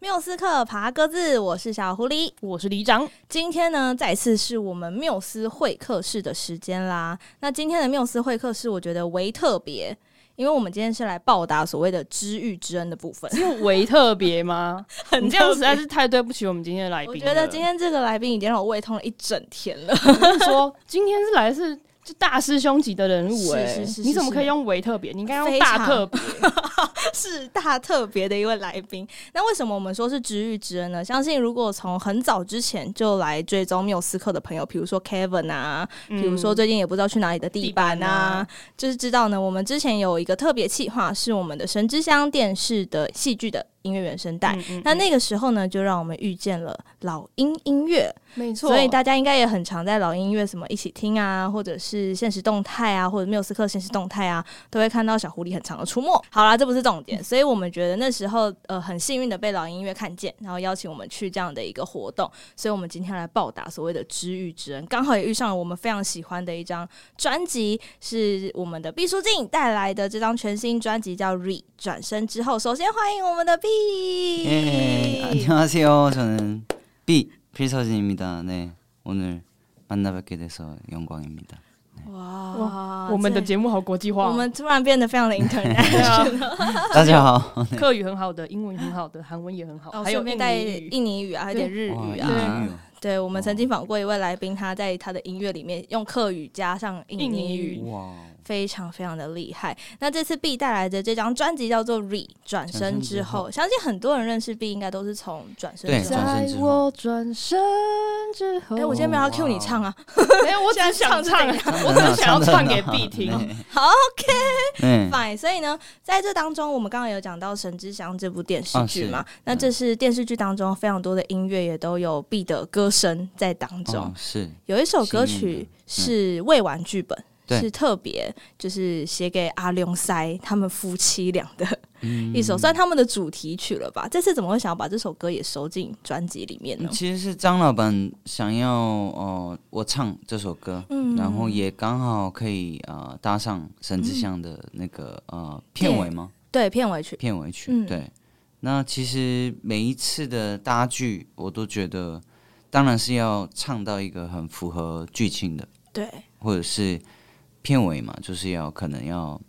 缪斯克爬格子，我是小狐狸。我是李长，今天呢，再次是我们缪斯会客室的时间啦。那今天的缪斯会客室，我觉得为特别，因为我们今天是来报答所谓的知遇之恩的部 分。只有维特 别吗？你这样特实在是太对不起我们今天的来宾我了。觉得今天这个来宾已经让我胃痛了一整天了。 我是说， 今天是来是就大师兄级的人物是哎、是是你怎么是可以用维特别？你应该非用大常特 别。是大特别的一位来宾。那为什么我们说是知遇之恩呢？相信如果从很早之前就来追踪缪斯克的朋友，比如说 Kevin 啊，嗯比如说最近也不知道去哪里的地板啊，地板啊就是知道呢，我们之前有一个特别企划，是我们的神之乡电视的戏剧的音乐原声带。嗯嗯那那个时候呢，就让我们遇见了老鹰音乐，没错，所以大家应该也很常在老鹰音乐什么一起听啊，或者是现实动态啊，或者缪斯克现实动态啊，都会看到小狐狸很常的出没。好啦，这不是重点，所以我们觉得那时候呃很幸运的被老鹰音乐看见，然后邀请我们去这样的一个活动，所以我们今天来报答所谓的知遇之恩，刚好也遇上了我们非常喜欢的一张专辑，是我们的毕书尽带来的这张全新专辑叫《Re》。转身之后，首先欢迎我们的毕。 예, 안녕하세요. 저는 B 필서진입니다. 네, 오늘 만나뵙게 돼서 영광입니다.哇我们的这节目好国际化哦，我 们 突然变得非常的 international，对啊大家好，课语很好的，英文很好的，韩文也很好，哦，还有顺便带印尼语。印尼语啊，还有点日 어,语啊。哇，印尼语。对，我们曾经访过一位来宾，他在他的音乐里面用客语加上印尼印尼语语。哇，非常非常的厉害。那这次 B 带来的这张专辑叫做《Re 转身之后》，相信很多人认识 B 应该都是从《转身对之后》。转在身之后我转身之后，哎、我今天没有要 Q 你唱啊。没有， 我只是想唱，现在 我只是想要 唱给 B 听。好 네, fine。所以呢，在这当中，我们刚刚有讲到《神之乡》这部电视剧嘛，啊那这是电视剧当中非常多的音乐也都有 B 的歌声在当中。 어,有一首歌曲是未完剧本，嗯对是特别就是写给阿龙塞他们夫妻俩的嗯一首，算他们的主题曲了吧？这次怎么会想要把这首歌也收进专辑里 음,面呢？嗯是，其实是张老板想要呃我唱这首歌，嗯。然后也刚好可以呃搭上沈志祥的那个呃片尾吗？对，片尾曲，片尾曲。嗯对，那其实每一次的搭剧，我都觉得，当然是要唱到一个很符合剧情的，对，或者是片尾嘛，就是要可能要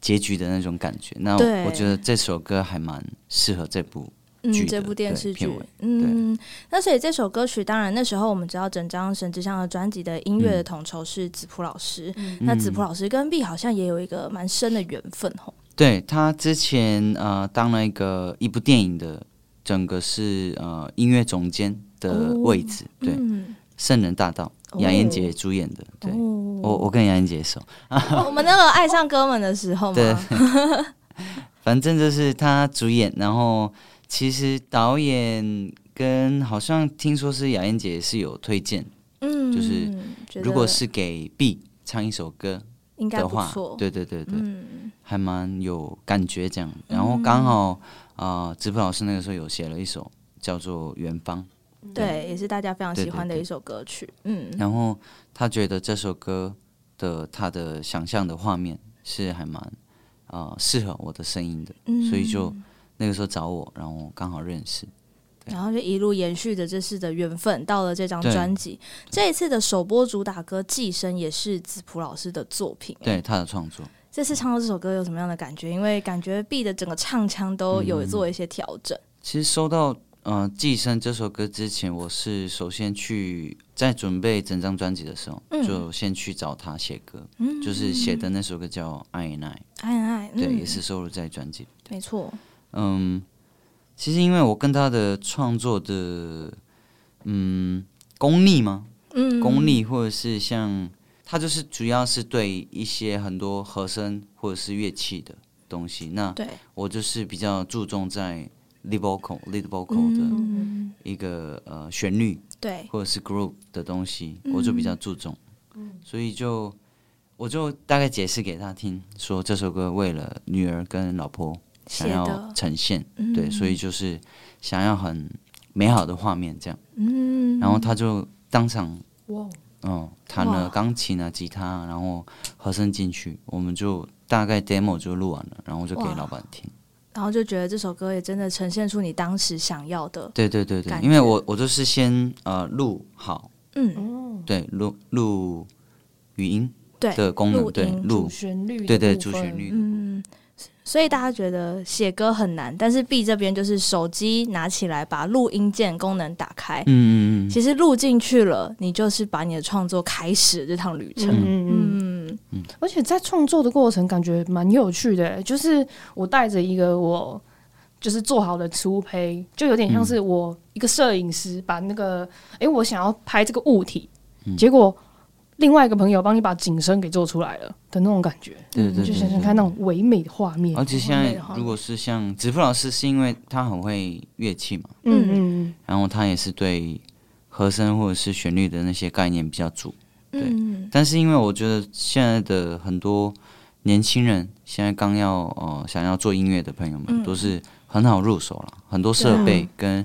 结局的那种感觉。那对我觉得这首歌还蛮适合这部。嗯剧，的这部电视剧对片尾，嗯，那所以这首歌曲，当然那时候我们知道整张《神之乡》的专辑的音乐的统筹是子普老师，嗯那子普老师跟 B 好像也有一个蛮深的缘分吼，对他之前呃当了一个一部电影的整个是呃音乐总监的位置，对，嗯，圣人大道》哦杨燕杰主演的，对、我我跟杨燕杰熟。我们那个爱上哥们的时候对嘛，，反正就是他主演，然后其实导演跟好像听说是雅燕姐是有推荐，嗯， 就是觉得如果是给 B 唱一首歌应该的不话错，，对对对对，嗯，还蛮有感觉这样。然后刚好啊，子、普老师那个时候有写了一首叫做《远方》，对，也是大家非常对喜欢对的对一首歌曲，嗯，然后他觉得这首歌的他的想象的画面是还蛮啊适合我的声音的，嗯所以就那个时候找我，然后刚好认识。然后就一路延续着这次的缘分，到了这张对专辑，这一次的首播主打歌《寄生》也是子普老师的作品，对他的创作，这次唱到这首歌有什么样的感觉？因为感觉 B 的整个唱腔都有嗯做一些调整，其实收到呃《寄生》这首歌之前，我是首先去在准备整张专辑的时候，嗯就先去找他写歌，就是写的那首歌叫《爱与爱爱爱，》，对，嗯也是收录在专辑。没错，嗯，其实因为我跟他的创作的嗯功力吗？嗯，功力，或者是像他就是主要是对一些很多和声或者是乐器的东西。那对，我就是比较注重在 lead vocal、lead 嗯 vocal 的嗯一个、呃旋律对，或者是 group 的东西，嗯我就比较注重，所以就我就大概解释给他听，说这首歌为了女儿跟老婆想写要的，嗯呈现，对，所以就是想要很美好的画面这样，嗯，然后他就当场哇，嗯，弹哇了钢琴啊、吉他，然后和声进去，我们就大概 demo 就录完了，然后就给哇老板听。然后就觉得这首歌也真的呈现出你当时想要的，对对对对，感因为我我就是先呃录好，嗯，对录录语音对，的功录能，对音录主，旋律的对对部主分旋律，嗯，所以大家觉得写歌很难，但是 B 这边就是手机拿起来，把录音键功能打开，嗯嗯嗯其实录进去了，你就是把你的创作开始这趟旅程。嗯嗯，嗯而且在创作的过程感觉蛮有趣的，就是我带着一个我就是做好的植物胚，就有点像嗯是我一个摄影师把那个，诶，我想要拍这个物体，嗯结果另外一个朋友帮你把景深给做出来了的那种感觉，对对对，就对想想看那。种唯美的画面对，而且现在如果是像子富老师，是因为他很会乐器嘛，嗯嗯然后他也是对和声或者是旋律的那些概念比较足。嗯但是因为我觉得现在的很多年轻人，现在刚要呃想要做音乐的朋友们，嗯啊都是很好入手了，很多设对备跟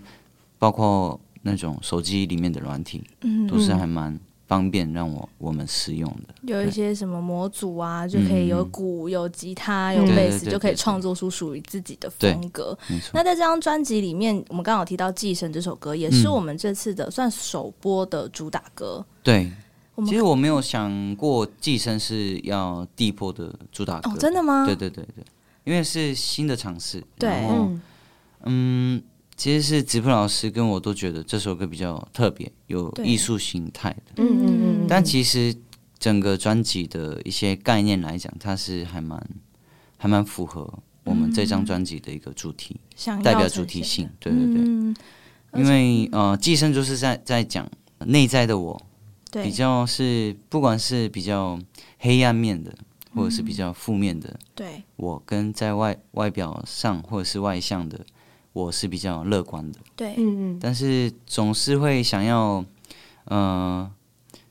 包括那种手机里面的软体，嗯都是还蛮方便让我我们使用的。有一些什么模组啊，就可以有鼓、有吉他、嗯有对贝嗯对斯，对就可以对对创作出属于自己的对风格。没错，那在这张专辑里面，我们刚好提到《寄生》这首歌，也是嗯我们这次的算首播的主打歌。对我。们其实我没有想过《寄生》是要地破的主打歌，哦，真的吗？对对对对，因为是新的尝试。对然后嗯嗯，其实是子普老师跟我都觉得这首歌比较特别，有对艺术形态的。嗯嗯嗯，但其实整个专辑的一些概念来讲，它是还蛮还蛮符合我们这张专辑的一个主题，想要代表呈主题现性。对的。对对，嗯，因为呃，寄生就是在在讲内在的我，对，比较是不管是比较黑暗面的，或者是比较负面的，对，我跟在外外表上或者是外向的，我是比较乐观的。对，嗯嗯但是总是会想要，呃，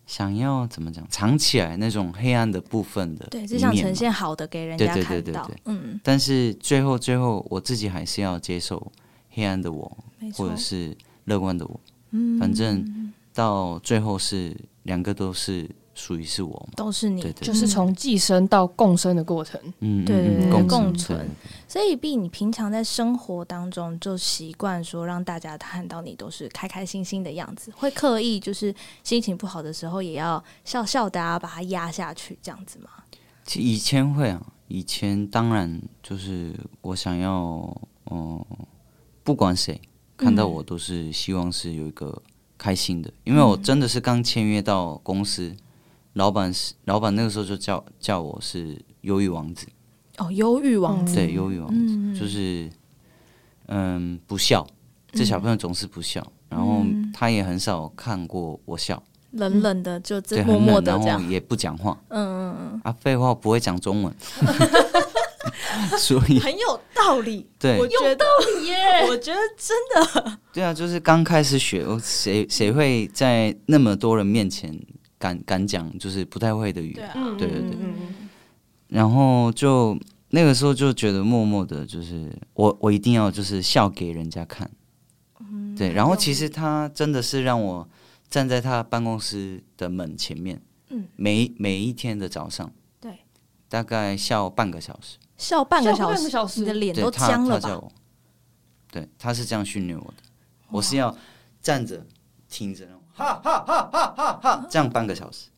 想要怎么讲，藏起来那种黑暗的部分的，对，是想呈。现好的给人家对对看对对到对。嗯，但是最后最后，我自己还是要接受黑暗的我，没错或者。是乐观的我，嗯反正到最后是两个都是属于是我嘛。都是你对，嗯对就是从寄生到共生的过程，嗯，嗯对对嗯对共共存。对存所以 B，你平常在生活当中就习惯说让大家看到你都是开开心心的样子，会刻意就是心情不好的时候也要笑笑的啊，把它压下去这样子吗？其实以前会啊，以前当然就是我想要，嗯、不管谁看到我都是希望是有一个开心的，因为我真的是刚签约到公司，老板是老板那个时候就叫叫我是忧郁王子，哦，忧郁王子，对，忧郁王子、嗯就是，嗯，不笑，这小朋友总是不笑，然后嗯他也很少看过我笑，冷嗯冷的就这对，默很默冷，的然这样后，也不讲话，嗯嗯啊，废话，我不会讲中文， 所以嗯，很有道理，对我觉得耶，我觉得真对啊，就是刚开始学，我谁谁会在那么多人面前敢敢讲就是不太会的语对言？啊，嗯对对对嗯然后就那个时候就觉得默默的，就是我我一定要就是笑给人家看，嗯对。然后其实他真的是让我站在他办公室的门前面，嗯，每每一天的早上，对，大概笑半个小时，笑半个笑小半个小时，时你的脸对都他僵了他叫吧？ 我，对，他是这样训练我的，我是要站着听着，然后哈哈哈哈哈哈，这样半个小时，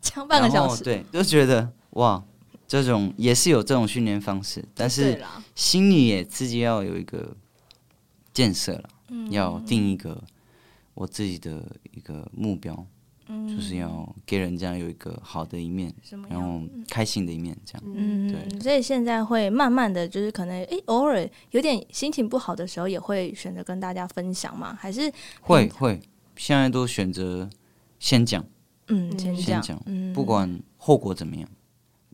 僵半个然小后时，对，就觉得哇，这种也是有这种训练方式，但对是啦，心里也自己要有一个建设了，嗯要定一个我自己的一个目标，嗯就是要给人家有一个好的一面，什么然样？后开心的一面，这样。哎嗯，对所以现在会慢慢的就是可能诶，偶尔有点心情不好的时候，也会选择跟大家分享嘛，还是会嗯会，现在都选择先讲，嗯嗯先先这样讲嗯，不管后果怎么样，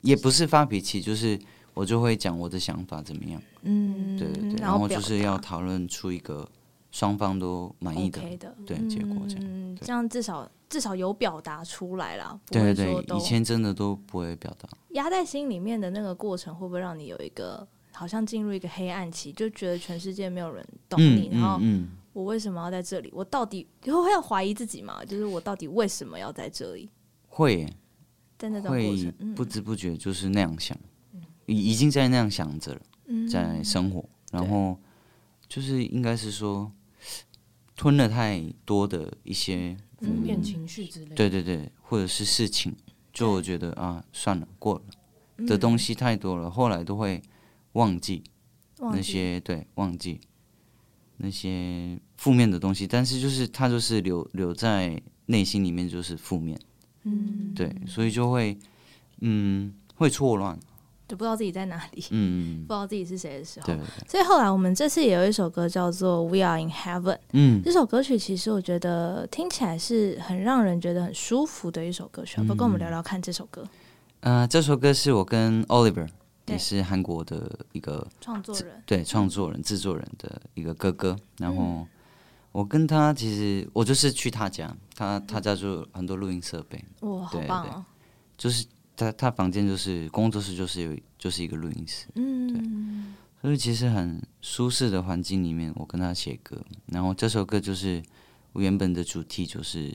也不是发脾气，就是我就会讲我的想法怎么样，嗯，对对对，然然后表就是要达讨论出一个双方都满意的 OK 的，对结果这样。嗯，对这样至少至少有表达出来啦，不对会对说对，都以前真的都不会表达，压在心里面的那个过程，会不会让你有一个好像进入一个黑暗期，就觉得全世界没有人懂嗯你，然后嗯嗯，我为什么要在这里？我到底 就会要怀疑自己嘛？就是我到底为什么要在这里？会耶在那段过会程，嗯嗯不知不觉就是那样想，已已经在那样想着了，在生活，然后就是应该是说吞了太多的一些，负嗯面情绪之类的。对对对，或者是事情，就我觉得啊，算了，过了嗯的东西太多了，后来都会忘记忘那记些，对，忘记那些负面的东西，但是就是它就是留留在内心里面，就是负面，嗯，对，所以就会嗯会错乱，就不知道自己在哪里，嗯不知，道自己是谁的时候对。，对所以后来我们这次也有一首歌叫做《We Are in Heaven》，嗯这首歌曲其实我觉得听起来是很让人觉得很舒服的一首歌曲，要不要跟我嗯们聊聊看这首歌呃，这首歌是我跟 Oliver 对也是韩国的一个创作人？对创作人、制作人的一个哥哥。嗯然后我跟他其实我就是去他家，他他家就有很多录音设备，哇，好对棒哦！就是他他房间就是工作室就是有就是一个录音室，嗯，所以其实很舒适的环境里面，我跟他写歌。然后这首歌就是我原本的主题就是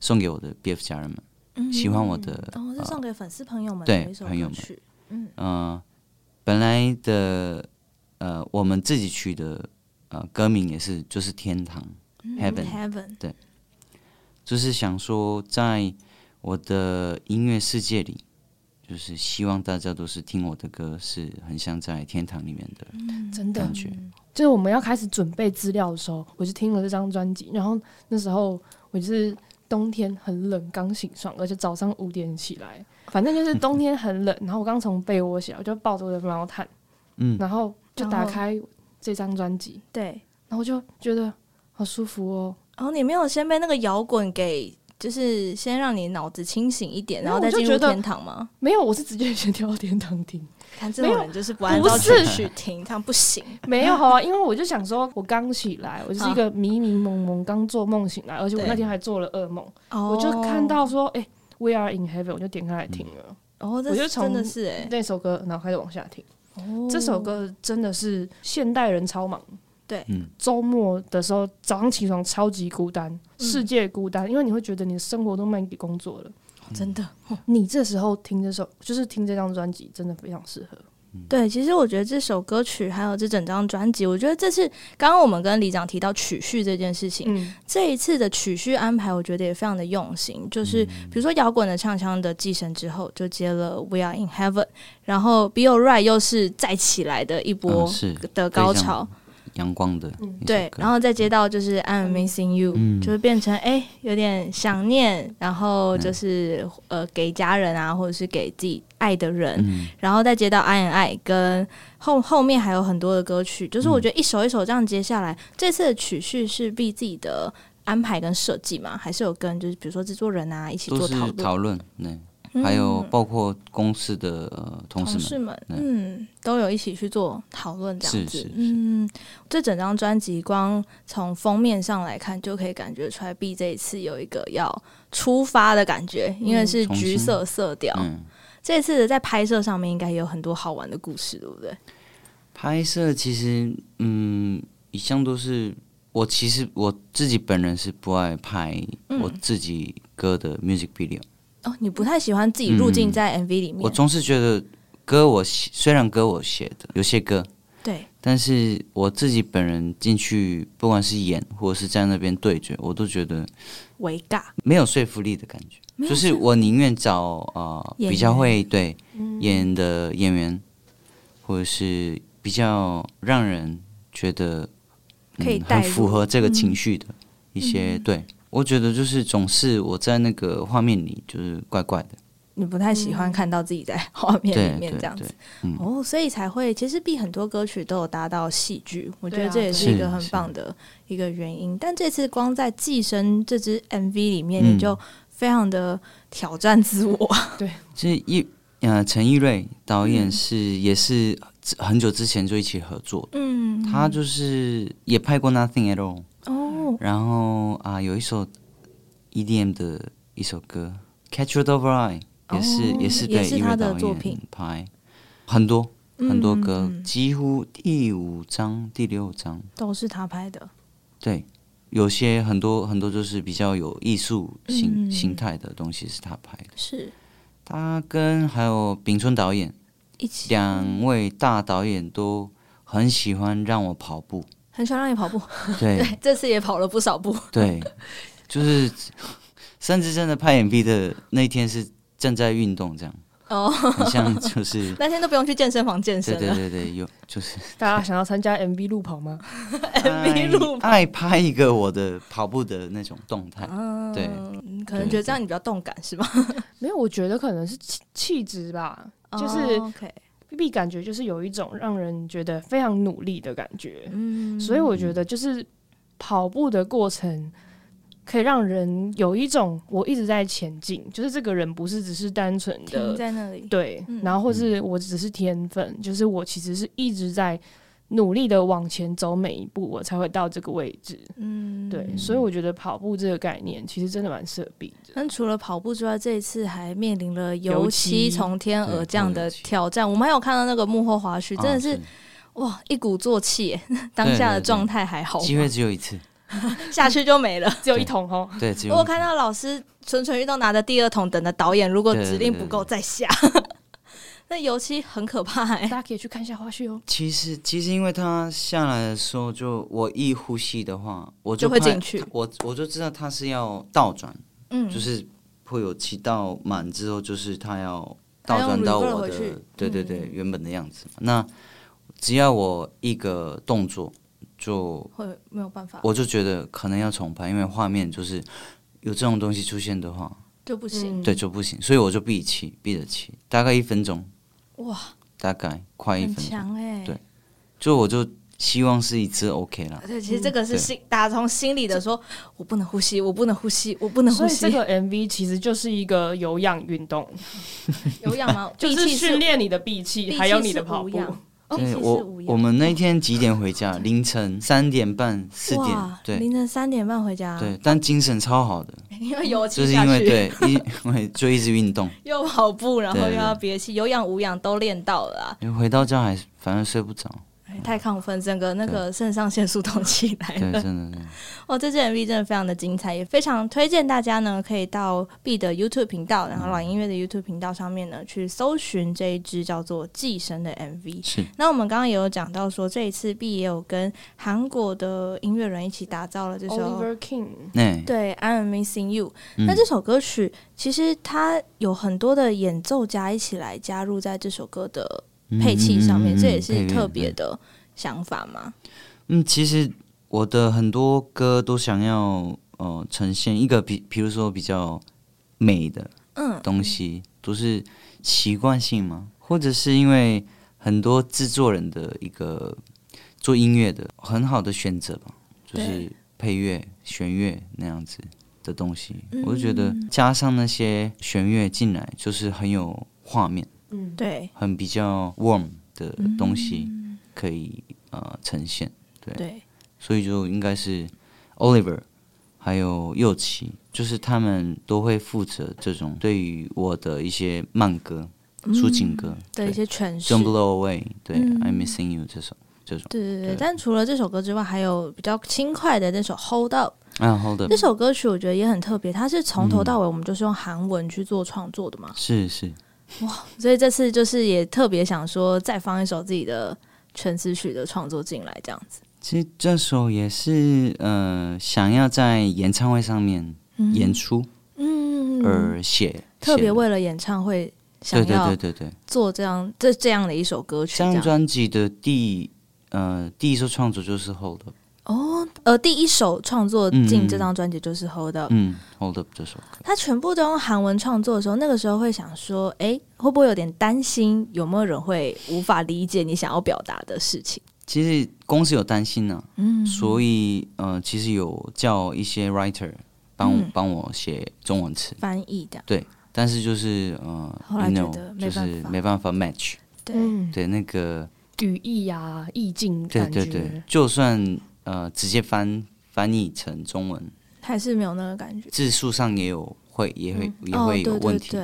送给我的 BF 家人们，嗯喜欢我的呃然后就送给粉丝朋友们对的一首朋友歌们曲，呃，本来的呃，我们自己取的呃歌名也是就是天堂，嗯 Heaven Heaven，就是想说在我的音乐世界里，就是希望大家都是听我的歌，是很像在天堂里面的真的感，觉。就是我们要开始准备资料的时候，我就听了这张专辑，然后那时候我就是冬天很冷，刚醒爽，而且早上五点起来，反正就是冬天很冷，然后我刚从被窝起来，我就抱着我的毛毯，嗯然后就打然后开这张专辑，对。然后我就觉得好舒服哦，然后你没有先被那个摇滚给，就是先让你脑子清醒一点，没然有后再我就进入觉得天堂吗？没有，我是直接先跳到天堂听。看这种没有人就是不按不照是顺序听，他们不行。 没有啊，因为我就想说，我刚起来，我就是一个迷迷蒙蒙刚做梦醒来，而且我对那天还做了噩梦，哦我就看，到说，哎、w e are in heaven，我就点开来听了、哦，这我就是从真的是哎，那首歌，然后开始往下听。哦这首歌真的是现代人超忙，嗯，周末的时候早上起床超级孤单，世界孤单，因为你会觉得你的生活都卖给工作了。真嗯的你这时候听这首，就是听这张专辑，真的非常适合。嗯对，其实我觉得这首歌曲还有这整张专辑，我觉得这是刚刚我们跟李长提到曲序这件事情，嗯，这一次的曲序安排，我觉得也非常的用心。就是嗯比如说摇滚的唱腔的寄生之后，就接了《We Are in Heaven》，然后《Be Alright》又是再起来的一波嗯是的高非常潮，阳光的嗯一首对，歌然后再接到就是 I'm missing you，、嗯就会变成哎、有点想念，然后就是、呃给家人啊，或者是给自己爱的人，嗯然后再接到 I N I 跟后后面还有很多的歌曲，就是嗯我觉得一首一首这样接下来，这次的曲序是 B 自己的安排跟设计嘛，还是有跟就是比如说制作人啊一起都做讨是论，讨论，对，嗯还有包括公司的呃同事同们，事们，嗯，都有一起去做讨论这样是子。是是嗯，这整张专辑光从封面上来看，就可以感觉出来 B 这一次有一个要出发的感觉，因为是嗯重新橘色色调。嗯，这次的在拍摄上面应该也有很多好玩的故事，对不嗯对？拍摄其实，嗯，一向都是我其实我自己本人是不爱拍嗯我自己歌的 music video，、哦，你不太喜欢自己入嗯境在 MV 里我面，总是觉得歌我写虽然歌我写的有些歌，对，但是我自己本人进去，不管是演或者是在那边对决，我都觉得微尬，没有说服力的感觉，没有就是我宁愿找呃演员比较会对演的演员，或者是比较让人觉得、嗯、可以带很入嗯符合这个情绪的一些、对。我觉得就是总是我在那个画面里就是怪怪的，你不太喜欢看到自己在画面对里对面这样子对。，哦，所以才会，其实 B 很多歌曲都有搭到戏剧，我觉对得啊这也对是一是个很是棒的一个原因。但这次光在《寄生》这支 MV 里面，嗯你就非常的挑战自我，这一呃陈奕瑞嗯导演是、也是很久之前就一起合作的， 嗯，他就是也拍过 Nothing at All，哦，然后啊、有一首 EDM 的一首歌《Catch Your Double Eye》，也是、哦也是也对是音他乐的导作品演拍很多很多嗯歌，嗯嗯几乎第五章、第六章，都是他拍的，对，有些很多很多就是比较有艺术形、嗯形态的东西是他拍的。是他跟还有秉春导演一起两位大导演都很喜欢让我 跑步，很喜欢让你跑 步，对对，这次也跑了不少 步。对，就是甚至真的拍眼皮的那天是正在运动，这样哦，很像就是 那天都不用去健身房健身对了，对对对，有就是大家想要参加 MV 路跑吗？ MV 路跑爱爱拍一个我的跑步的那种动态，嗯，对嗯，可能觉得这样你比较动感是吧？没有，我觉得可能是气气质吧，就是哦 OK， B B 感觉就是有一种让人觉得非常努力的感觉，嗯，所以我觉得就是跑步的过程可以让人有一种我一直在前进，就是这个人不是只是单纯停的在那里，对嗯，然后或是我只是天分，就是我其实是一直在努力的往前走每一步，我才会到这个位置。嗯，对，所以我觉得跑步这个概念其实真的蛮设比的。但除了跑步之外，这一次还面临了油油漆漆从天而降的对油漆挑战。我们还有看到那个幕后花絮，真啊的是、哇，一鼓作气 耶！当下的状态还好吗，哦机会只有一次，下去就没了。只有一桶哦，对，只有我一看次到老师蠢蠢欲动，拿着第二桶等着导演，如果对指对令对不够再下。 那油漆很可怕 哎、大家 可以去看一下花絮 哦。其实，其实因为它下来的时候就，我一呼吸的话，我就会怕进去它我我就知道它是要倒转，嗯，就是会有骑到满之后，就是它要它倒要转 reverse 到我的回去，嗯对对对，原本的样子嘛。那只要我一个动作，就会没有办法，我就觉得可能要重拍，因为画面就是有这种东西出现的话，就不行。嗯对就不行，所以我就闭气，闭着气，大概一分钟，哇，大概快嗯一很分钟，强哎、对就我就希望是一次 OK 啦。对，其实这个是心，打从心里的说，我不能呼吸，我不能呼吸，我不能所呼以这吸。个 MV 其实就是一个有氧运动， 有氧 吗？就是 闭气训练你的闭气，闭 还有气你是的跑无步。氧 哦对其实是我无我氧们那天几点回家？凌晨三点半、四点哦哇，对凌晨三点半回家，对，但精神超好的， 因为油就漆是下因去，为对，因因为就一 直运动，又跑步，然后对又对要憋气，有氧无氧都练到了啊、因为回到家还反正睡不 着，哎太亢奋，整个那个肾上腺素都起来对，了。真的对， 哦，这支 MV 真的非常的精彩，也非常推荐大家呢，可以到 B 的 YouTube 频道，然后老音乐的 YouTube 频道上面呢，去搜寻这一支叫做《寄生》的 MV。是那我们刚刚也有讲到说，这一次 B 也有跟韩国的音乐人一起打造了这首 Oliver King，那对《I'm Missing You》。嗯那这首歌曲其实它有很多的演奏家一起来加入在这首歌的配器上面，嗯嗯嗯嗯这也是配乐特别对的想法嘛。嗯，其实我的很多歌都想要呃呈现一个比，比如说比较美的嗯，东西，都是习惯性吗？或者是因为很多制作人的一个做音乐的很好的选择吧，就对是配乐、弦乐那样子的东西，嗯我就觉得加上那些弦乐进来，就是很有画面，嗯，对很比较 warm 的东西嗯可以、呃呈现。对，所以就应该是 Oliver 还有右奇，就是他们都会负责这种对于我的一些慢歌、抒情歌的一些诠释。 ，Don't Blow Away，对、嗯 i m Missing You 这首这种对对对对，但除了这首歌之外，还有比较轻快的那首《Hold Up》啊，Hold up，这首歌曲，我觉得也很特别。它是从头嗯到尾我们就是用韩文去做创作的嘛，是是，所以这次就是也特别想说再放一首自己的全词曲的创作进来，这样子。其实这首也是呃想要在演唱会上面嗯演出嗯，而写，特别写的为了演唱会对想对要对对对，做这样这这样的一首歌曲，这这张样专辑的第呃第一首创作就是 Hold up，哦。呃，第一首创作进嗯这张专辑就是 Hold Up，、嗯，Hold up 这首歌。他全部都用韩文创作的时候，那个时候会想说，哎、会不会有点担心有没有人会无法理解你想要表达的事情？其实公司有担心呢、嗯，所以呃，其实有叫一些 writer 帮我嗯帮、我写中文词，翻译这样，但是就是呃后来 you 觉得 know, 没就是办法没办法 match 对，嗯，对那个语义啊，意境对感对觉，对，就算呃直接翻翻译成中文，还是没有那个感觉，字数上也有会也会、也哦，会对有对问题，对，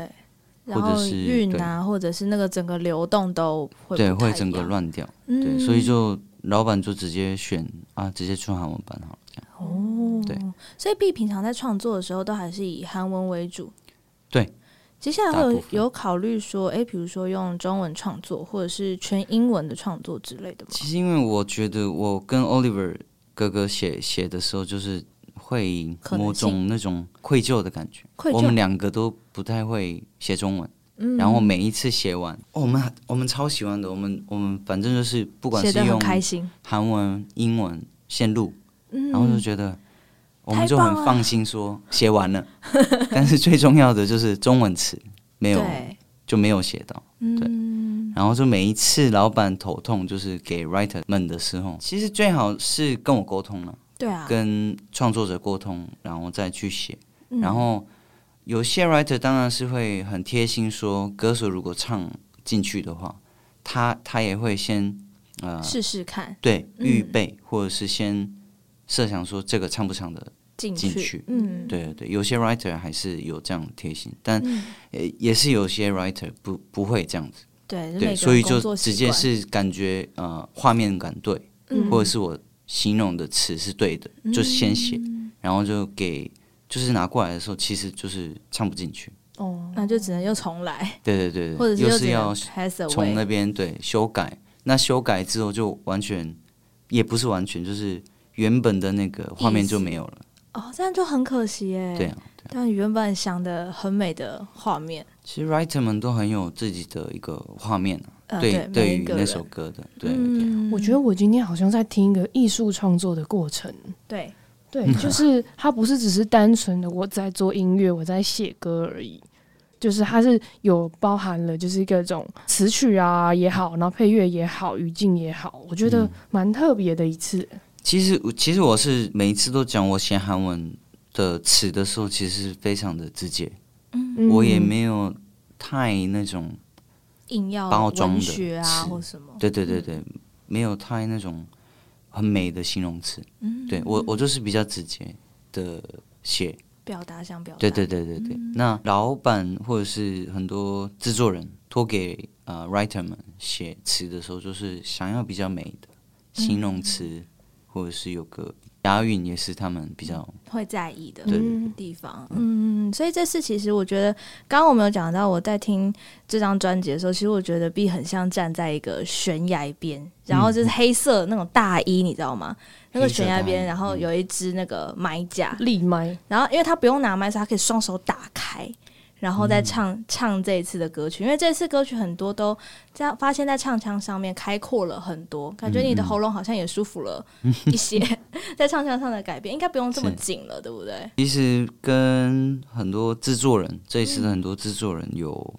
然或者后是韵啊，或者是那个整个流动都会对不太会整一个样，乱掉，嗯、对，所以就老板就直接选啊，直接出韩文版好了，这样哦，对，所以 B 平常在创作的时候都还是以韩文为主，对，接下来大会部有分有考虑说，诶，比如说用中文创作，或者是全英文的创作之类的吗？其实因为我觉得我跟 Oliver 哥哥写写的时候，就是会可能某种那种愧疚的感觉。愧疚我们两个都不太会写中文，嗯然后每一次写完，哦我们我们超喜欢的，我们我们反正就是不管写是的很用开心，韩文、英文线路，嗯，然后就觉得我们太就棒很了放心说写完了， 但是最重要的就是中文词没有对，就没有写到，嗯，然后就每一次老板头痛，就是给 writer 们的时候，其实最好是跟我沟通了，对啊，跟创作者沟通，然后再去写，嗯然后有些 writer 当然是会很贴心说，歌手如果唱进去的话，他他也会先呃试试看对嗯预备，或者是先设想说这个唱不唱的。进进去去，嗯，对对对，有些 writer 还是有这样贴心，但嗯呃也是有些 writer 不不会这样子，对每个对，人所以工就作习直接惯是感觉呃画面感对，嗯或者是我形容的词是对的，就先写，嗯然后就给就是拿过来的时候，其实就是唱不进去，哦，那就只能又重来，对对对，对或者又又是只要能 pass 从那 away，边对修改，那修改之后就完全也不是完全，就是原本的那个画面就没有了，哦，这样就很可惜耶。对啊。但原本想的很美的画面，其实 writer 们都很有自己的一个画面啊，呃，对，每一于个那人首歌的，对对嗯我觉得我今天好像在听一个艺术创作的过程。对，对，嗯就是它不是只是单纯的我在做音乐，我在写歌而已，就是它是有包含了就是各种词曲啊也好，然后配乐也好，语境也好，我觉嗯得蛮特别的一次。其实其实我是每一次都讲我写韩文的词的时候，其实非常的直接，嗯我也没有太那种，硬要包装的文学啊词或什么，对对对对，没有太那种很美的形容词，嗯，对我我就是比较直接的写，表达想表达，对对对对对。那老板或者是很多制作人托给呃 writer 们写词的时候，就是想要比较美的形容词，或者是有个押韵，也是他们比较会在意的，对嗯地方，嗯，所以这次其实我觉得，刚刚我们有讲到，我在听这张专辑的时候，其实我觉得 B 很像站在一个悬崖边，然后就是黑色那种大衣，你知道吗？那个嗯黑色悬崖大边，衣然后嗯有一只那个麦架，立麦，然后因为他不用拿麦，所以他可以双手打开，然后嗯再唱、唱这一次的歌曲。因为这次歌曲很多都这样，发现在唱腔上面开阔了很多，感觉你的喉咙好像也舒服了一 些，在唱腔上的改变，应该不用这么是紧了，对不对？其实跟很多制作人，这一次嗯的很多制作人有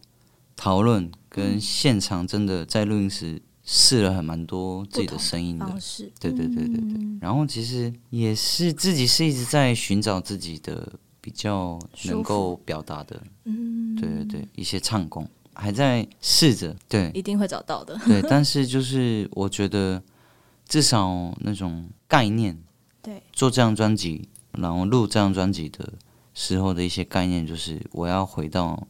讨论，跟现场真的在录音室试了很蛮多自己的声音的，方式，嗯对对对对对。然后其实也是自己是一直在寻找自己的比较能够表达的，嗯，对对对，一些唱功还在试着，对一定会找到 的。对，但是就是我觉得至少那种概念， 对，做这张专辑，然后录这张专辑的时候的一些概念，就是我要回到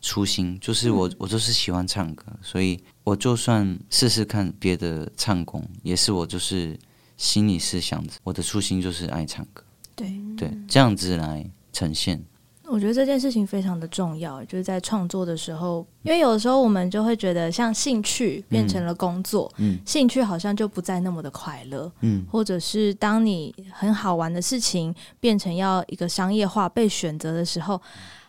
初心，就是嗯我、我就是喜欢唱歌，所以我就算试试看别的唱功，也是我就是心里是想着我的初心就是爱唱歌，对，对，这样子来呈现。我觉得这件事情非常的重要，就是在创作的时候，因为有的时候我们就会觉得，像兴趣变成了工作，嗯兴趣好像就不再那么的快乐，嗯，或者是当你很好玩的事情变成要一个商业化被选择的时候，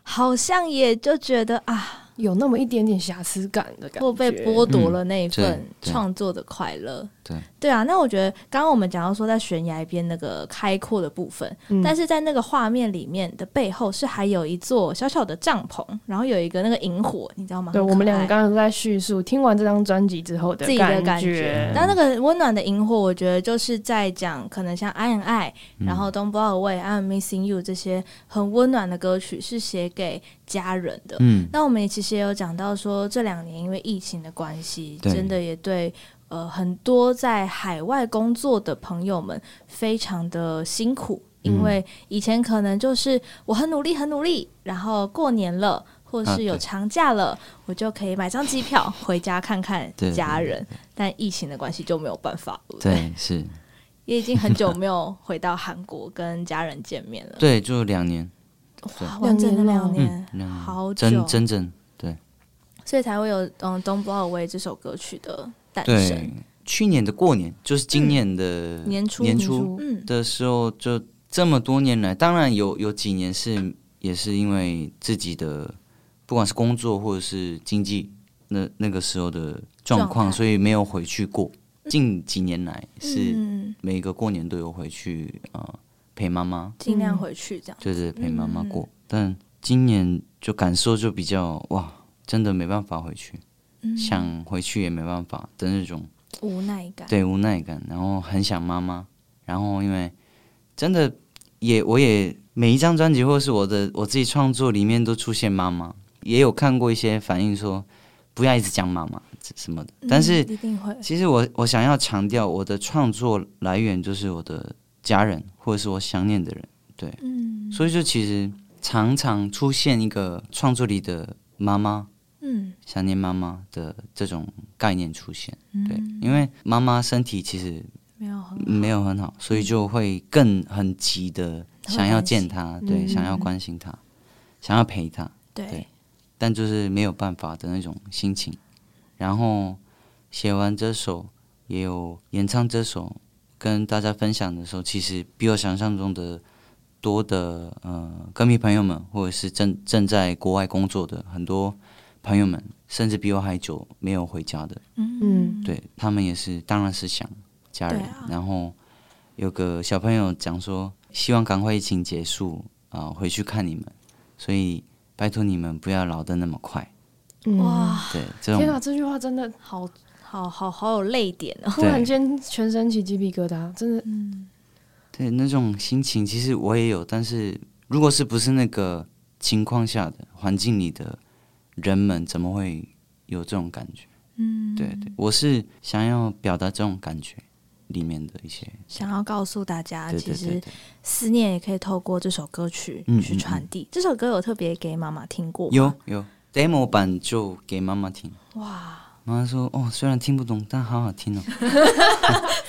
好像也就觉得啊，有那么一点点瑕疵感的感觉，或被剥夺了那一份嗯对对创作的快乐。对对啊，那我觉得刚刚我们讲到说在悬崖边那个开阔的部分，嗯但是在那个画面里面的背后是还有一座小小的帐篷，然后有一个那个萤火，你知道吗？对很可我们两爱个刚刚在叙述听完这张专辑之后的自己的感感觉。但那个温暖的萤火，我觉得就是在讲可能像《I am I》，然嗯后《Don't Blow Away》、《I'm Missing You》这些很温暖的歌曲是写给家人的。嗯，那我们也其实也有讲到说，这两年因为疫情的关系，对真的也对呃很多在海外工作的朋友们非常的辛苦，嗯因为以前可能就是我很努力很努力，然后过年了。或啊是对有长假了，我就可以买张机票回家看看对对家人。但疫情的关系就没有办法了，对，是，也已经很久没有回到韩国跟家人见面了。对，就两年，哇，完整的两两年年，那好久哦真真正所以才会有嗯《Don't Blow Away》这首歌曲的诞对生。，去年的过年就是今年的年初年年初初嗯，的时候，就这么多年来，当然有有几年是也是因为自己的不管是工作或者是经济那那个时候的状状态况，所以没有回去过。近几年来是嗯，每个过年都有回去呃陪妈妈，尽量回去这样。对对，陪妈妈嗯过。但今年就感受就比较哇，真的没办法回去，嗯想回去也没办法的那种。无奈感，对无奈感，然后很想妈妈，然后因为真的也我也每一张专辑或是我的我自己创作里面都出现妈妈，也有看过一些反应说不要一直讲妈妈什么的，但是嗯一定会其实我我想要强调我的创作来源就是我的家人或者是我想念的人，对，嗯所以就其实常常出现一个创作里的妈妈嗯想念妈妈的这种概念出现，嗯对，因为妈妈身体其实没有很没有很好，所以就会更很急的想要见他，对，嗯想要关心他，想要陪他，对对但就是没有办法的那种心情。然后写完这首，也有演唱这首，跟大家分享的时候，其实比我想象中的多的呃，歌迷朋友们，或者是正正在国外工作的很多朋友们，甚至比我还久没有回家的，嗯，对他们也是，当然是想家人。对啊然后有个小朋友讲说，希望赶快疫情结束啊、回去看你们，所以拜托你们不要老的那么快。哇！嗯哇，对，这天啊，种这句话真的好好好好有泪点哦，嗯突然间全身起鸡皮疙瘩，真的对那种心情，其实我也有，但是如果是不是那个情况下的环境里的人们，怎么会有这种感觉？嗯，对对，我是想要表达这种感觉里面的一些，想要告诉大家，对其对实对对，思念也可以透过这首歌曲嗯去传递。这首歌有特别给妈妈听过吗有有 demo 版就给妈妈听。哇，妈妈说：“哦，虽然听不懂，但好好听哦。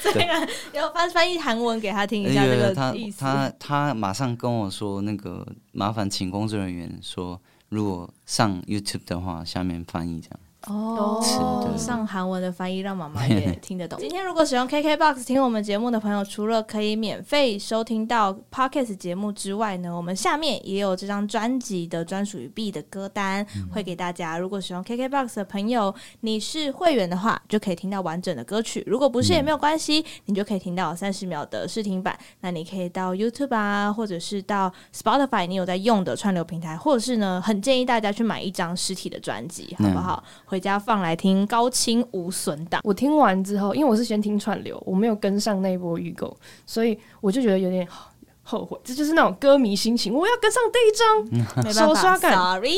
虽然啊要翻翻译韩文给她 听一下这而且个哎他意思，他他马上跟我说，那个麻烦请工作人员说，如果上 YouTube 的话，下面翻译这样。是哦对，上韩文的翻译让妈妈也听 得懂。今天如果使用 KKBOX 听我们节目的朋友，除了可以免费收听到 Podcast 节目之外呢，我们下面也有这张专辑的专属于 B 的歌单嗯会给大家。如果使用 KKBOX 的朋友，你是会员的话，就可以听到完整的歌曲；如果不嗯是也没有关系，你就可以听到三十秒的试听版。那你可以到 YouTube 啊，或者是到 Spotify，你有在用的串流平台，或者是呢，很建议大家去买一张实体的专辑，好嗯不好？回家放来听，高清无损档。我听完之后，因为我是先听串流，我没有跟上那一波预购，所以我就觉得有点哦后悔。这就是那种歌迷心情，我要跟上第一张。 没办手法刷感，sorry，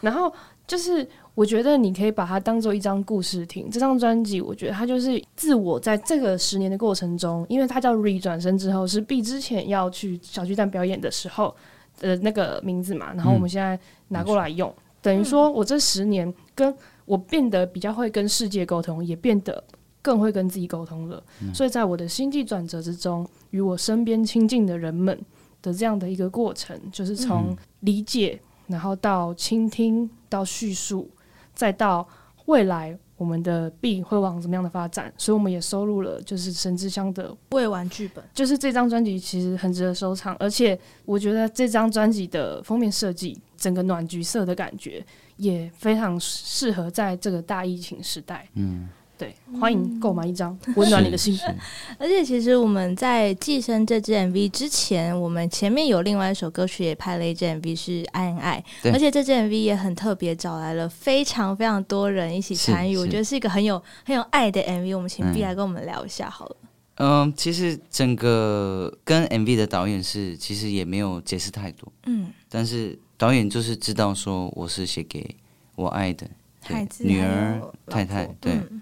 然后就是我觉得你可以把它当做一张故事听。这张专辑，我觉得它就是自我在这个十年的过程中，因为它叫《Re 转身》之后，是 B 之前要去小巨蛋表演的时候的那个名字嘛。然后我们现在拿过来用，等于说我这十年跟我变得比较会跟世界沟通，也变得。更会跟自己沟通了，所以在我的心际转折之中，与我身边亲近的人们的这样的一个过程，就是从理解然后到倾听，到叙述，再到未来我们的币会往什么样的发展，所以我们也收录了就是神之乡的，未完剧本，就是这张专辑其实很值得收藏，而且我觉得这张专辑的封面设计，整个暖橘色的感觉也非常适合在这个大疫情时代，嗯。对，欢迎购买一张，温暖你的心。嗯而且其实我们在《寄生》这支 MV 之前，我们前面有另外一首歌曲也拍了一支 MV 是《爱恩爱》，对而且这支 MV 也很特别，找来了非常非常多人一起参与，是我觉得是一个很有很有爱的 MV。我们请 B 来跟我们聊一下好了。嗯，其实整个跟 MV 的导演是，其实也没有解释太多，嗯，但是导演就是知道说我是写给我爱的，嗯对孩子、女儿还有老婆太太对嗯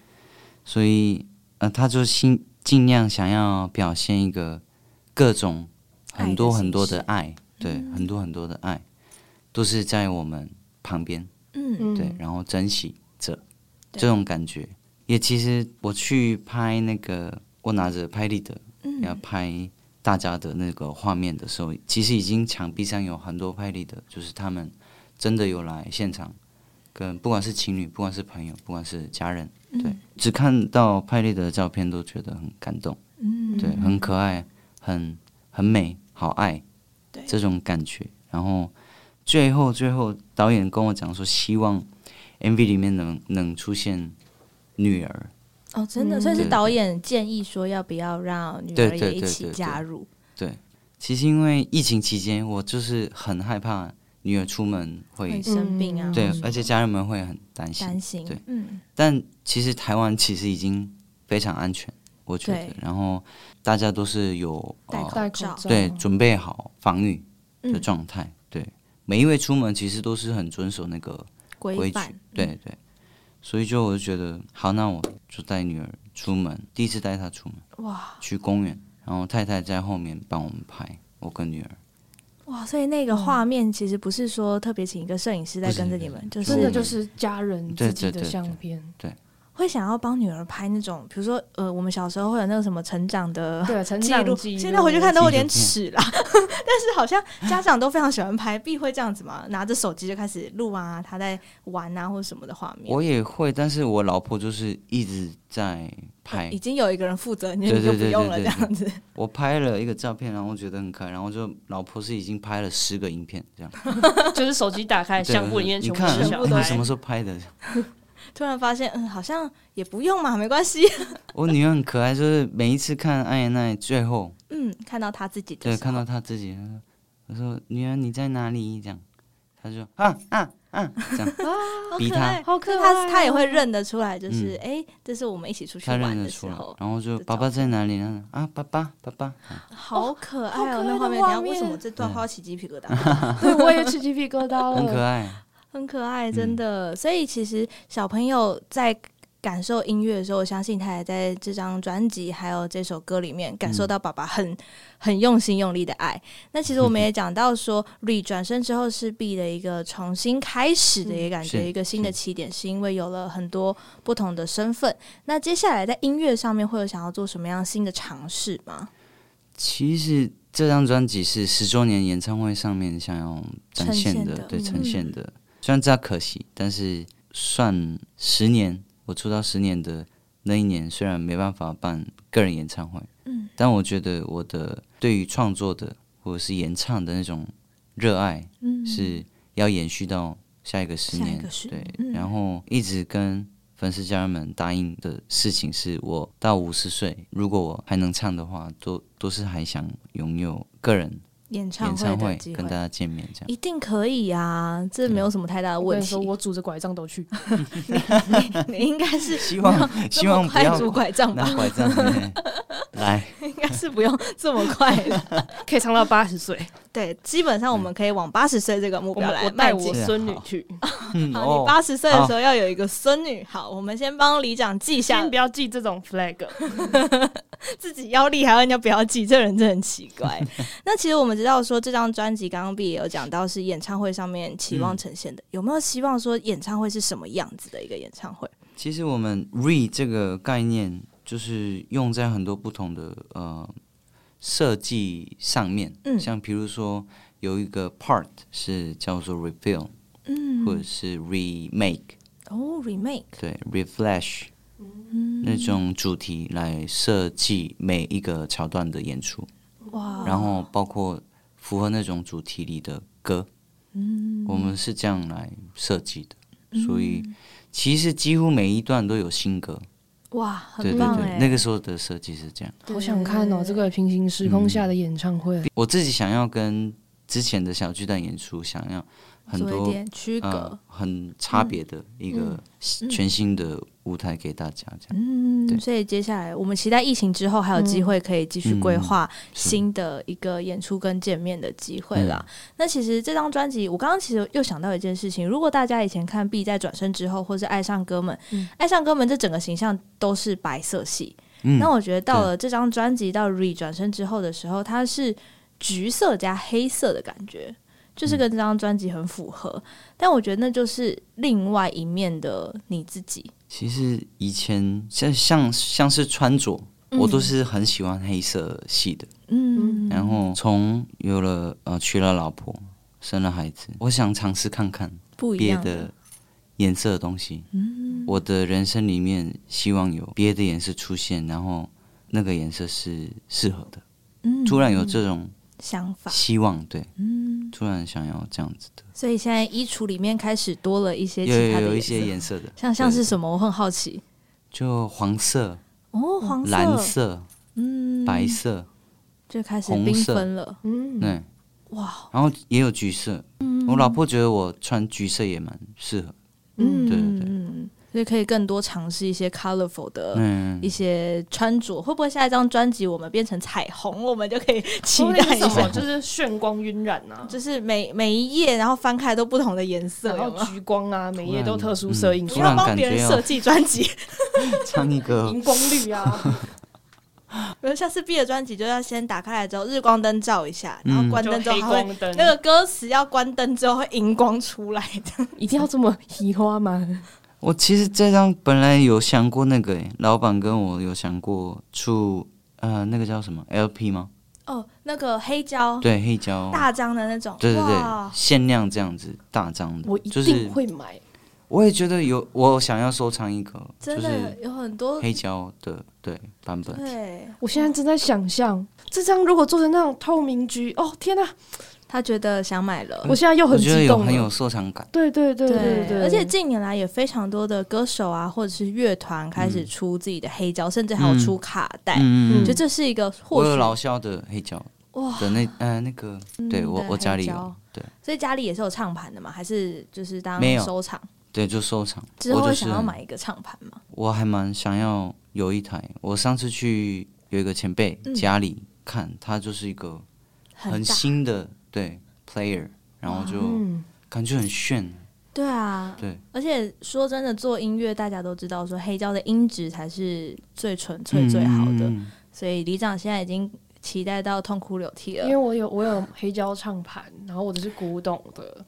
所以呃，他就尽尽量想要表现一个各种很多很多的爱，对，很多很多的爱，都是在我们旁边，嗯嗯，对，然后珍惜着对这种感觉。也其实我去拍那个，我拿着拍立得嗯要拍大家的那个画面的时候，其实已经墙壁上有很多拍立得，就是他们真的有来现场，跟不管是情侣，不管是朋友，不管是家人，对，只看到拍立得的照片都觉得很感动，嗯，对，很可爱，很很美，好爱，对这种感觉。然后最后最后，导演跟我讲说，希望 MV 里面能能出现女儿，哦，真的，所以对是对导演建议说要不要让女对儿对也对一对起对加入，其实因为疫情期间，我就是很害怕女儿出门会会，生病啊，嗯对或者，而且家人们会很担心。担心对，嗯，但其实台湾其实已经非常安全，我觉得对。然后大家都是有戴口呃、戴口罩罩，对准备好防御的嗯状态，对每一位出门其实都是很遵守那个规规矩范，，嗯对对。所以就我就觉得，好，那我就带女儿出门，第一次带她出门哦嗯哇去公园，然后太太在后面帮我们拍，我跟女儿。哇，所以那个画面其实不是说特别请一个摄影师在嗯不是跟着不你是们，就真的是是就是家人对自己对的对相对片，会想要帮女儿拍那种，比如说呃，我们小时候会有那个什么成长的 对，成记长录，记录。现在回去看都有点纪录片耻啦。 但是好像家长都非常喜欢拍，必会这样子嘛，拿着手机就开始录啊，他在玩啊或者什么的画面。我也会，但是我老婆就是一直在哦拍已，经有一个人负责，你对你就对不对用了这对对样子。 我拍了一个照片，然后我觉得很可爱，然后就老婆是已经拍了十个影片这样，就是手机打开，对相簿里面你全部看是小哎孩你。什么时候拍的？突然发现，嗯，好像也不用嘛，没关系。 我女儿很可爱，就是每一次看艾妍奈最后，嗯，看到他自己的时对，候，看到她自己，她说我说女儿你在哪里？这样，她就啊啊啊这样，好逼可他爱。好可是可爱他哦，他也会认得出来，就是哎、诶这是我们一起出去她玩认得的时出来候，，然后就的照爸爸在哪里呢？啊，爸爸爸爸，好可好爱可哦、爱那的画面，画等一下为什面么这段嗯话起鸡皮疙瘩？ 对我也起鸡皮疙哦瘩很可了。爱。很可嗯爱，真的。所以其实小朋友在感受音乐的时候，我相信他也在这张专辑还有这首歌里面感受到爸爸很、很用心用力的爱。那其实我们也讲到说，r 转身之后是 B 的一个重新开始的一个感觉，嗯是一个新的起点，是因为有了很多不同的身份。那接下来在音乐上面会有想要做什么样新的尝试吗？其实这张专辑是十周年演唱会上面想要展现呈现的，的对嗯呈现的。虽然这样可惜，但是算十年，我出道十年的那一年，虽然没办法办个人演唱会，嗯，但我觉得我的对于创作的或者是演唱的那种热爱，嗯是要延续到下一个十下年一个十，对年，嗯然后一直跟粉丝家人们答应的事情是我到五十岁，如果我还能唱的话，都都是还想拥有个人演唱演会唱的会机跟大会。家见面这样。一定可以啊，这没有什么太大的我问跟你题。说，我拄着拐杖都去，你 应该是 希没有望希这么望不快要拄拐杖吧，拿拐杖嘿来，应该是不用这么快的。可以唱到八十 岁。 对，基本上我们可以往八十岁这个目我标们来我带迈我进。孙女 去，嗯好，哦你八十岁的时候要有一个孙女。好，我们先帮里长记下先不，要记这种 flag。自己要立，还要人家不要记，这人真的很奇 怪。那其实我们知道说，这张专辑刚刚 B 也有讲到是演唱会上面期望呈现的，有没有希望说演唱会是什么样子的一个演唱会？其实我们 re 这个概念就是用在很多不同的呃设计上面，嗯像比如说有一个 part 是叫做 refill，嗯或者是 remake，哦，remake，对，reflash 嗯那种主题来设计每一个桥段的演出，哦哇，然后包括符合那种主题里的歌，嗯，我们是这样来设计嗯的，所以其实几乎每一段都有新歌，哇，对很对棒对哎，，那个时候的设计是这样。好想看哦，这个平行时空下的演唱会，我自己想要跟之前的小巨蛋演出想要很做一嗯多点区隔呃。很差别的一个全新的舞台给大家，这样嗯，对嗯所以接下来我们期待疫情之后还有机会可以继续规划是新的一个演出跟见面的机会啦。嗯那其实这张专辑，我刚刚其实又想到一件事情，如果大家以前看《B 在转身之后》或是《爱上哥们》，爱上哥们》这整个形象都是白色系，嗯那我觉得到了这张专辑到《Re 转身之后的时候，它是橘色加黑色的感觉，就是跟这张专辑很符合。但我觉得那就是另外一面的你自己。其实以前像像像是穿着，嗯我都是很喜欢黑色系的。嗯，然后从有了呃娶了老婆，生了孩子，我想尝试看看不一别样嗯的颜色的东西。我的人生里面希望有别的颜色出现，然后那个颜色是适合的。嗯突然有这种想法，希望，对，嗯，突然想要这样子的，所以现在衣橱里面开始多了一些有哎其他有的有一色些颜色的，像像对是什么？我很好奇就黄色、哦，黄色、蓝色、嗯白色，就开始红缤色纷了，嗯，对，哇，然后也有橘色。嗯我老婆觉得我穿橘色也蛮适合，嗯对对对嗯，所以可以更多尝试一些 colorful 的。嗯一，些穿着会不会下一张专辑我们变成彩虹，我们就可以期说不定待是一什下？么就是炫光晕染啊，就是每每一页，然后翻开都不同的颜色，然有后吗？橘光啊，每页都特殊摄影，不突要然嗯帮感别人觉设要计专辑，唱一个 荧光绿啊，比如下次毕业专辑就要先打开来之后，日光灯照一下，然后嗯关就灯之后黑它会光灯，那个歌词要关灯之后会荧光出来的。一定要这么移花吗？我其实这张本来有想过那个、诶，老板跟我有想过出呃那个叫什么 LP 吗？哦，那个黑胶对，黑胶，大张的那种，对对对哇，，限量这样子大张的，我一就是定会买，我也觉得有，我想要收藏一个，就真的是有很多黑胶的对版本，对。我现在正在想象这张如果做成那种透明橘，哦天哪、他觉得想买了，我现在又我很觉得激有动很有了。收藏感。对对对对对，而且近年来也非常多的歌手啊，或者是乐团开始出自己的黑胶，甚至还有出卡带。嗯我嗯觉得这是一个获我取有老肖的黑胶哇，的那呃那个，对我对我家里黑胶有，对所以家里也是有唱盘的嘛，还是就是当没有收藏对就收藏。之后我会就是想要很买一个唱盘嘛？我还蛮想要有一台。我上次去有一个前辈嗯家里看，他就是一个很大，新的对 player，然后就嗯，感觉很炫。对啊，对，而且说真的，做音乐大家都知道，说黑胶的音质才是最纯粹、最好的。嗯所以里长现在已经期待到痛哭流涕因为了。我有我有黑胶唱盘，然后我的是古董的，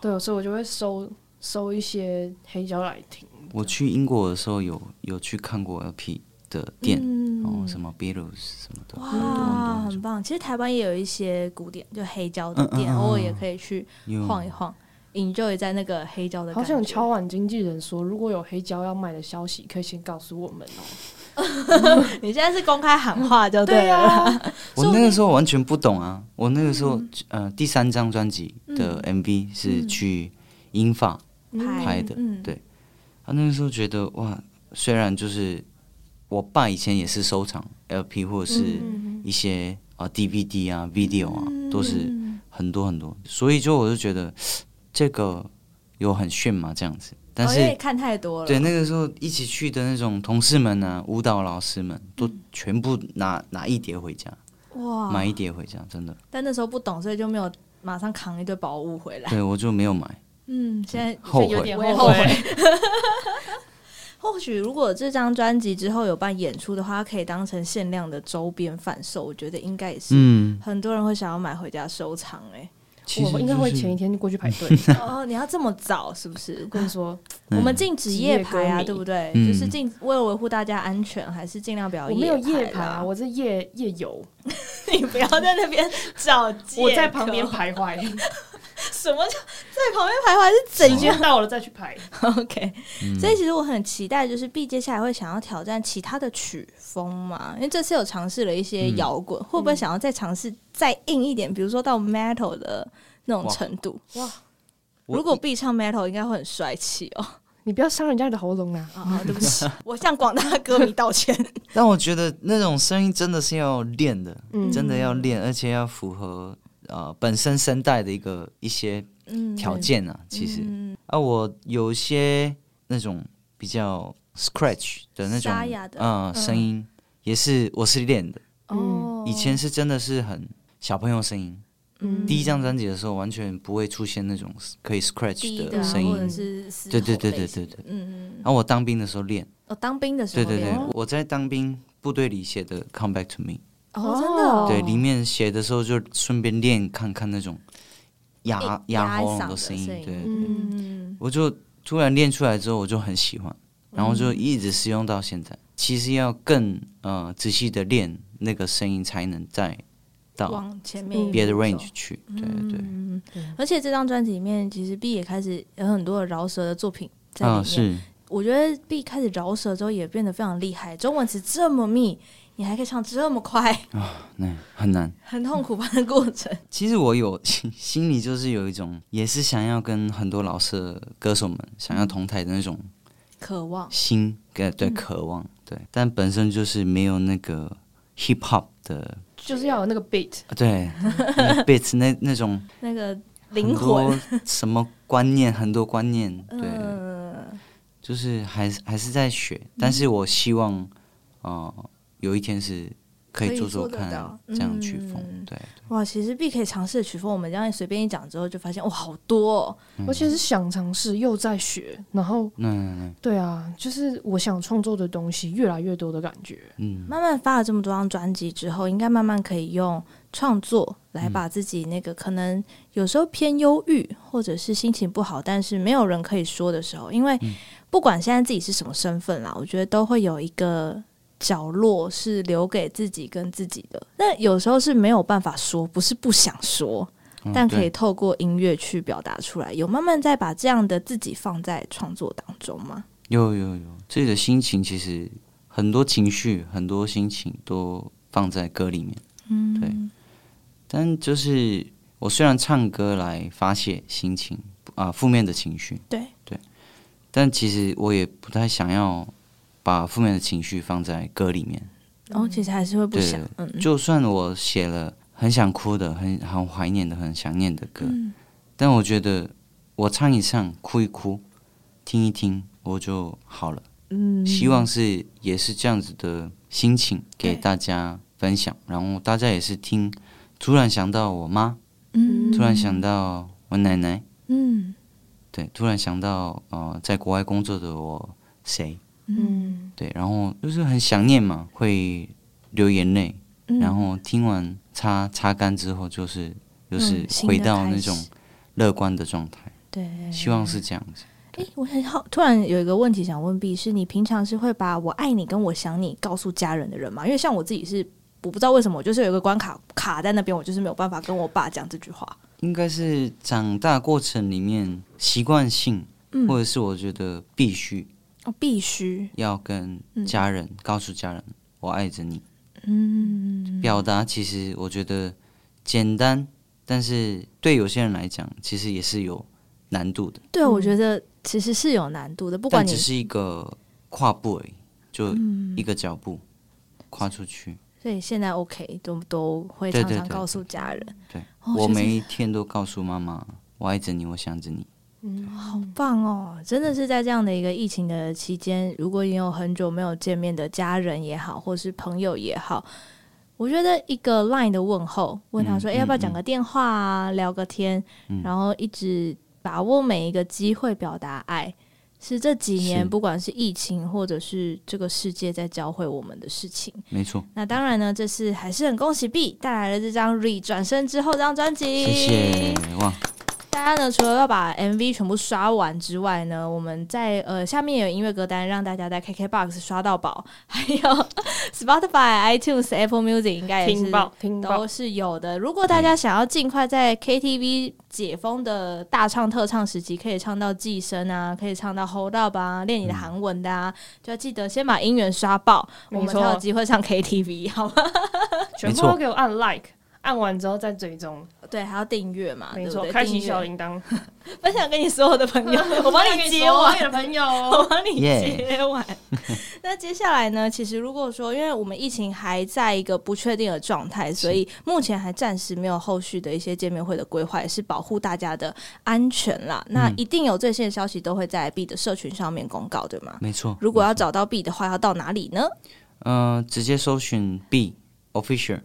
对，所以我就会收收一些黑胶来听。我去英国的时候有有去看过 LP 的店，嗯然后什么 Beatles 什么的，嗯哇，很棒！其实台湾也有一些古典，就黑胶的店，嗯嗯嗯嗯偶尔也可以去有晃一晃，enjoy 在那个黑胶的好感觉。想敲碗经纪人说，如果有黑胶要卖的消息，可以先告诉我们哦。 你现在是公开喊话就对了。啊，我那个时候完全不懂啊！我那个时候，嗯呃，第三张专辑的 MV 是去英法拍拍的，嗯对。他那个时候觉得哇，虽然就是我爸以前也是收藏 LP 或者是嗯嗯一些啊、DVD 啊、video 啊，都哦是嗯很多很多，所以就我就觉得这个有很炫嘛这样子。但哦是、因为看太多了。嗯对，那个时候一起去的那种同事们啊、舞蹈老师们，嗯都全部拿拿一叠回家，哦哇，买一叠回家， 真的。但那时候不懂，所以就没有马上扛一堆宝物回来。对我就没有买，嗯，现在后有悔点。我也后悔。或许如果这张专辑之后有办演出的话，它可以当成限量的周边贩售，我觉得应该也是嗯，很多人会想要买回家收藏、 欸。其实我应该会就是前一天过去排 队。哎，哦，你要这么早是不是？跟你 说，我们禁止夜排啊，职业歌迷对不对？嗯就是禁为了维护大家安全，还是尽量不要我没有夜夜排啊， 啦。我是夜夜 游，你不要在那边找借口我在旁边，徘徊，什么叫在旁边徘徊是怎时样？间到了再去 排。 OK，、所以嗯其实我很期待，就是 B 接下来会想要挑战其他的曲风嘛，因为这次有尝试了一些嗯摇滚，会不会想要再尝试再硬一点，比如说到 metal 的那种程度？哇，我如果 B 唱 metal 应该会很帅气哦。你不要伤人家的喉咙啦！啊，对不起， 我向广大歌迷道歉。但我觉得那种声音真的是要练的，嗯真的要练，而且要符合呃本身声带的一个一些 嗯，条件啊。其实、嗯啊，我有一些那种比较 scratch 的那种沙哑的呃嗯声音，也是我是练的。哦，以前是真的是很小朋友声音，嗯第一张专辑的时候完全不会出现那种可以低 scratch 的的啊声或音。者是嘶吼对对对类对型对的对。嗯嗯然后我当兵的时候练。嗯，哦，当兵的时候哦对对对练，我在当兵部队里写的《Come Back to Me》，哦，真的哦对，里面写的时候就顺便练看看那种哑一哑哑喉嗓的咙的声音，声音对，嗯，我就突然练出来之后，我就很喜欢，然后就一直使用到现在。其实要更呃仔细的练那个声音，才能再到往前面一步别的走 range 去。对对对，嗯，而且这张专辑里面，其实 B 也开始有很多的饶舌的作品在里面。啊是我觉得 B 开始饶舌之后，也变得非常厉害，中文词这么密，你还可以唱这么快， 啊那很难。很痛苦吧？那过程，其实我有 心心里就是有一种，也是想要跟很多老师歌手们想要同台的那种渴望心，呃，嗯对，渴望，对，但本身就是没有那个 hip hop 的，就是要有那个 beat，对 那，beat 那那种那个很灵魂，多什么观念，很多观念，对，嗯，就是还是还是在学，但是我希望，呃，有一天是可可以以做做得看到这样的曲风，嗯对，哇，其实 B 可以尝试的曲风，我们这样随便一讲之后，就发现哇，好多、哦，嗯我其实想尝试，又在学，然后那那对啊，就是我想创作的东西越来越多的感觉。嗯，慢慢发了这么多张专辑之后，应该慢慢可以用创作来把自己那个可能有时候偏忧郁，或者是心情不好，但是没有人可以说的时候，因嗯为不管现在自己是什么身份啦，我觉得都会有一个。角落是留给自己跟自己的，那有时候是没有办法说，不是不想说，嗯但可以对透过音乐去表达出来。有慢慢在把这样的自己放在创作当中吗？有有有，自己的心情其实很多情绪，很多心情都放在歌里面。嗯，对但就是我虽然唱歌来发泄心情啊、负面的情绪，对对，但其实我也不太想要把负面的情绪放在歌里面。然后其实还是会不对想，嗯，就算我写了很想哭的、很很怀念的、很想念的歌，嗯但我觉得我唱一唱、哭一哭、听一听，我就好了。嗯希望是也是这样子的心情给对大家分享，然后大家也是听，突然想到我妈，嗯突然想到我奶奶，嗯对，突然想到呃在国外工作的我谁，嗯，对，然后就是很想念嘛，会流眼泪，嗯然后听完擦擦干之后，就是又是嗯新的回到开那始种乐观的状态，对，希望是这样子。哎，我很好，突然有一个问题想问 B，是你平常是会把我爱你跟我想你告诉家人的人吗？因为像我自己是。我不知道为什么，我就是有一个关卡卡在那边，我就是没有办法跟我爸讲这句话。应该是长大过程里面习惯性，嗯或者是我觉得必须哦，必须，要跟家人、告诉家人我爱着你。嗯，表达其实我觉得简单，但是对有些人来讲，其实也是有难度的。对，我觉得其实是有难度的，不管嗯但你只是一个跨步而已，就一个脚步跨出去。所以现在 OK 都都会对常对常对告诉家人，对哦就我是每一天都告诉妈妈，我爱着你，我想着你。好棒哦！真的是在这样的一个疫情的期间，如果你有很久没有见面的家人也好，或是朋友也好，我觉得一个 LINE 的问候，问他说：“嗯哎、嗯要不要讲个电话啊，聊个天？”嗯然后一直把握每一个机会表达爱，是这几年是不管是疫情或者是这个世界在教会我们的事情。没错，那当然呢，这次还是很恭喜 B 带来了这张《Re 转身之后》这张专辑，谢谢哇，大家呢，除了要把 MV 全部刷完之外呢，我们在呃下面有音乐歌单，让大家在 KKBOX 刷到饱，还有 Spotify、iTunes、Apple Music 应该也是听爆，听爆都，是有的。如果大家想要尽快在 KTV 解封的大唱特唱时期，可以唱到《寄生》啊，可以唱到《Hold Up》啊，练你的韩文的啊，就要记得先把音源刷爆，我没们错才有机会上 KTV，好吗？全部没都错给我按 like，按完之后再追踪，对，还要订阅嘛，没对不错，啊对开启订阅小铃铛，分享给你所有的朋 友，我帮你接我完你。的朋我 友，，帮你 Yeah 接完。 那接下来呢？其实如果说，因为我们疫情还在一个不确定的状态，所以目前还暂时没有后续的一些见面会的规划，也是保护大家的安全啦。嗯那一定有最新的消息都会在 B 的社群上面公告，对吗？嗯没错。如果要找到 B 的话，要到哪里呢？呃，直接搜寻 B official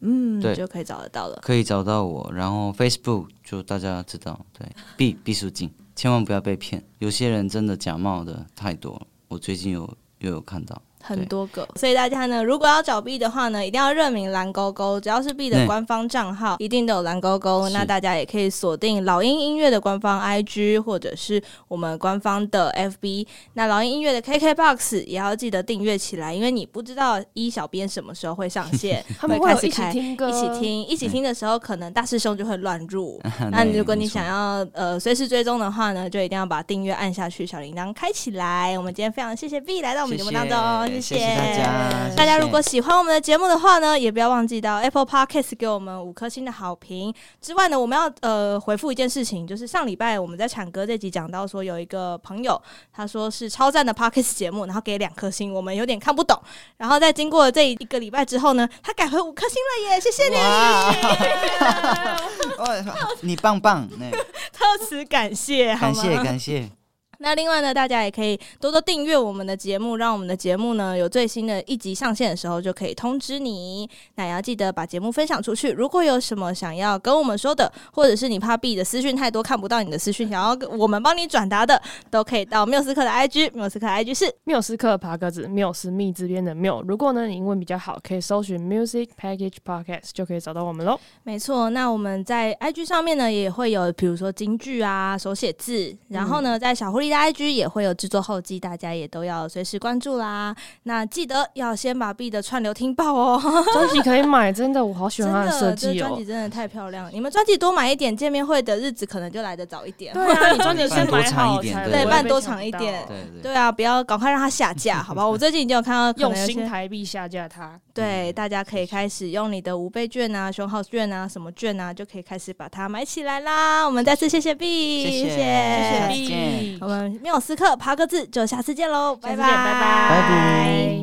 嗯，对就可以找得到了。可以找到我，然后 Facebook 就大家知道，对 B 毕书尽，千万不要被骗，有些人真的假冒的太多了，我最近有又有看到，很多个，所以大家呢，如果要找 B 的话呢，一定要认明蓝勾勾，只要是 B 的对官方账号，一定都有蓝勾勾。嗯是那大家也可以锁定老鹰音乐的官方 IG，或者是我们官方的 FB。那老鹰音乐的 KKBox 也要记得订阅起来，因为你不知道一小编什么时候会上 线他们会开会有始一起开。听歌，一起嗯听，一起听的时候，可能大师兄就会乱 入。那那你如果你想要呃随时追踪的话呢，就一定要把订阅按下去，小铃铛开起来。我们今天非常谢谢 B 来到我们节目当中，谢谢谢大家。谢大家谢如果喜欢我们的节目的话呢，也不要忘记到 Apple Podcast 给我们五颗星的好评。之外呢，我们要呃回复一件事情，就是上礼拜我们在产哥这集讲到说，有一个朋友他说是超赞的 Podcast 节目，然后给两颗星，我们有点看不懂。然后在经过这一个礼拜之后呢，他改回五颗星了耶，谢谢你， 哦你棒棒，哎特此感谢，好感吗？谢感谢，那另外呢，大家也可以多多订阅我们的节目，让我们的节目呢有最新的一集上线的时候就可以通知你。那也要记得把节目分享出去。如果有什么想要跟我们说的，或者是你怕 B 的私讯太多看不到你的私讯，想要跟我们帮你转达的，都可以到缪斯克的 IG，缪斯克的 IG 是缪斯克爬格子，缪斯密这边的缪。如果呢你英文比较好，可以搜寻 Music Package Podcast 就可以找到我 们喽。没错，那我们在 IG 上面呢也会有，比如说京剧啊、手写字，然后呢，在小狐狸的 IG 也会有制作后记，大家也都要随时关注啦。那记得要先把 B 的串流听爆哦，专辑可以买，真的，我好喜真欢它的，设这计专哦辑。真的太漂亮了，你们专辑多买一点，见面会的日子可能就来得早一点。对啊，你专 辑先办多买长一好点才对不会对办被多抢长一到点对对。对啊，不要赶快让它下架，好吧？我最近已经有看到可用能有些新台币下架它。对，大家可以开始用你的五倍券啊、熊好券啊、什么券啊，就可以开始把它买起来啦。我们再次谢谢 B，谢谢谢谢谢谢 B 再见我们缪斯克爬格子，就下次见喽，拜下次见拜，拜拜拜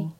拜。